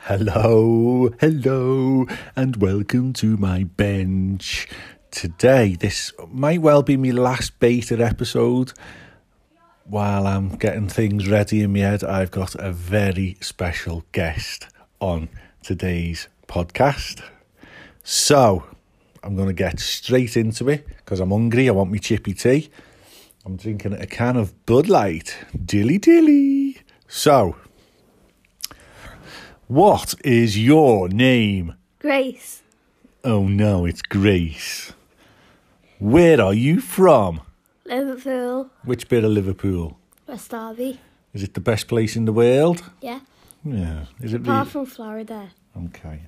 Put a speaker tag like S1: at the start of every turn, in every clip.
S1: Hello, hello, and welcome to my bench. Today, this might well be my last beta episode. While I'm getting things ready in my head, I've got a very special guest on today's podcast. So, I'm going to get straight into it because I'm hungry. I want my chippy tea. I'm drinking a can of Bud Light. Dilly dilly. So, what is your name?
S2: Grace,
S1: Oh no, it's Grace. Where are you from?
S2: Liverpool,
S1: Which bit of Liverpool?
S2: West Derby.
S1: Is it the best place in the world?
S2: Yeah,
S1: Yeah. Is it
S2: apart
S1: really?
S2: from Florida,
S1: Okay.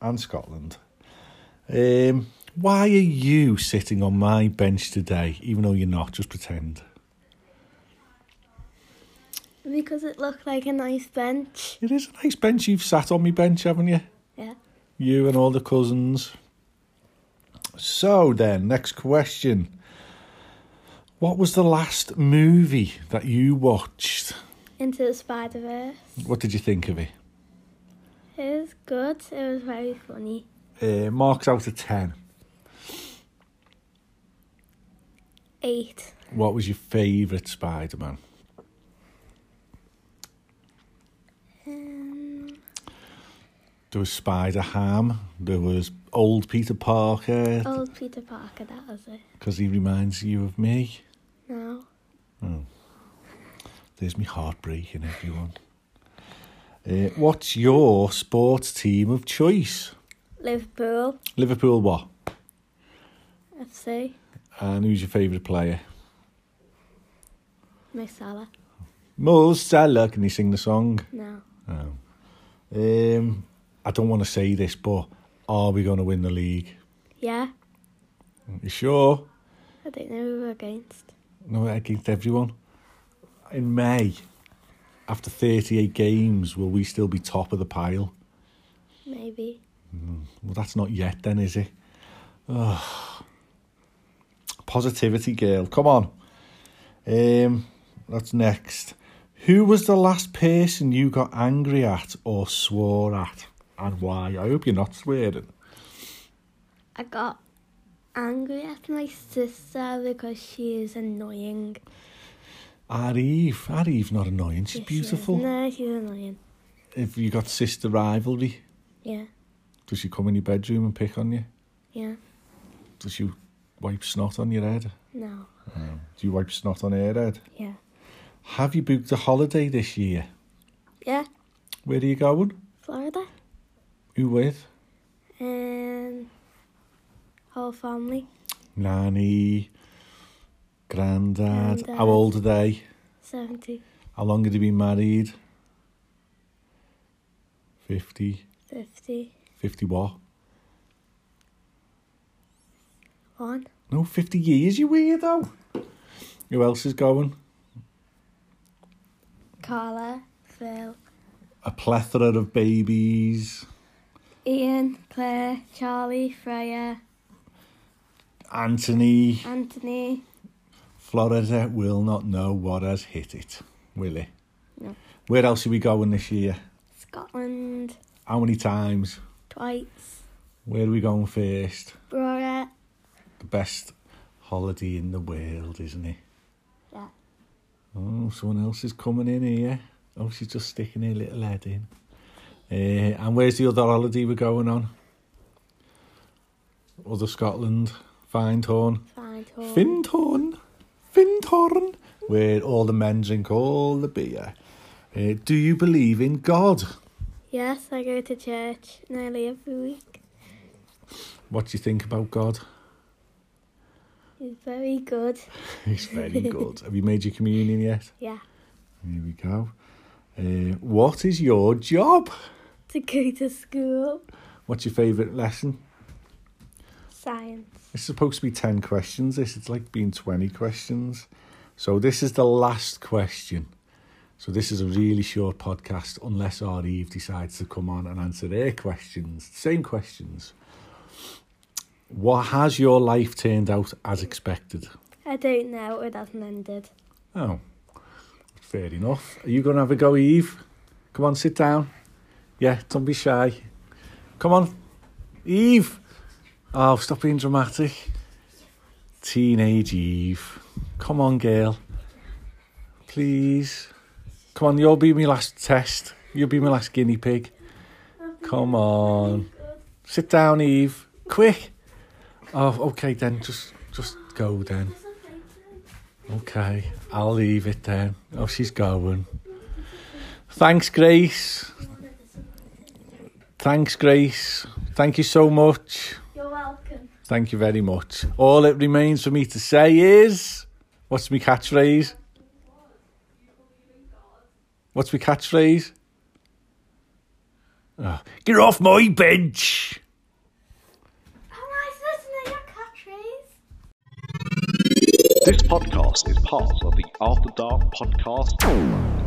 S1: And Scotland. Um, why are you sitting on my bench today, even though you're not? Just pretend.
S2: because it looked like a nice bench.
S1: It is a nice bench. You've sat on me bench, haven't you?
S2: Yeah.
S1: You and all the cousins. So then, next question. What was the last movie that you watched?
S2: Into the Spider Verse.
S1: What did you think of it?
S2: It was good. It was very funny.
S1: Uh, marks out of 10.
S2: Eight.
S1: What was your favourite Spider Man?
S2: Um,
S1: There was Spider Ham, there was old Peter Parker,
S2: old Peter Parker. That was it.
S1: because he reminds you of me.
S2: No.
S1: There's me heartbreaking, everyone. Uh, what's your sports team of choice?
S2: Liverpool
S1: Liverpool, what?
S2: FC.
S1: And who's your favourite player?
S2: Mo Salah.
S1: Mo Salah. Can you sing the song?
S2: No.
S1: No. Um, I don't want to say this, but are we going to win the league?
S2: Yeah.
S1: You sure?
S2: I don't know who we're against.
S1: No, against everyone. In May, after 38 games, will we still be top of the pile?
S2: Maybe.
S1: Well, that's not yet, then, is it? Ugh. Positivity, girl. Come on. Um, that's next. Who was the last person you got angry at or swore at, and why? I hope you're not swearing.
S2: I got angry at my sister because she is annoying.
S1: Our Eve. Our Eve, not annoying. She's
S2: Yes, she is.
S1: beautiful.
S2: No, she's annoying.
S1: If you got sister rivalry,
S2: Yeah.
S1: does she come in your bedroom and pick on you?
S2: Yeah.
S1: Does she wipe snot on your head?
S2: No.
S1: Do you wipe snot on her head?
S2: Yeah.
S1: Have you booked a holiday this year?
S2: Yeah.
S1: Where are you going?
S2: Florida.
S1: Who with?
S2: Um, whole family.
S1: Nanny, granddad.
S2: Grandad.
S1: How old are they?
S2: 70,
S1: How long had you been married? 50.
S2: 50,
S1: 50 what?
S2: one.
S1: No, 50 years, you weirdo. Who else is going?
S2: Carla, Phil,
S1: A plethora of babies.
S2: Ian, Claire, Charlie, Freya,
S1: Anthony,
S2: Anthony.
S1: Florida will not know what has hit it, will it?
S2: No.
S1: Where else are we going this year?
S2: Scotland,
S1: How many times?
S2: Twites,
S1: Where are we going first?
S2: Brora.
S1: The best holiday in the world, isn't it?
S2: Yeah.
S1: Oh, someone else is coming in here. Oh, she's just sticking her little head in. Uh, and where's the other holiday we're going on? Other Scotland, Findhorn.
S2: Findhorn.
S1: Findhorn, Findhorn, where all the men drink all the beer. Uh, do you believe in God?
S2: Yes, I go to church nearly every week.
S1: What do you think about God?
S2: He's very good.
S1: He's very good. Have you made your communion yet?
S2: Yeah.
S1: Here we go. Uh, what is your job?
S2: To go to school.
S1: What's your favourite lesson?
S2: Science.
S1: It's supposed to be 10 questions, this. It's like being 20 questions. So, this is the last question. So, this is a really short podcast, unless our Eve decides to come on and answer their questions. Same questions. What has your life turned out as expected?
S2: I don't know, it hasn't ended.
S1: Oh, fair enough. Are you going to have a go, Eve? Come on, sit down. Yeah, don't be shy. Come on, Eve. Oh, stop being dramatic. Teenage Eve. Come on, girl. Please. Come on, you'll be my last test. You'll be my last guinea pig. Come on. Sit down, Eve. Quick. Oh, okay then. Just, just go then. Okay, I'll leave it then. Oh, she's going. Thanks, Grace. Thanks, Grace. Thank you so much.
S2: You're welcome.
S1: Thank you very much. All it remains for me to say is, what's my catchphrase? What's my catchphrase? Oh, get off my bench.
S2: Oh, nice listening, your catchphrase.
S3: This podcast is part of the After Dark Podcast Network.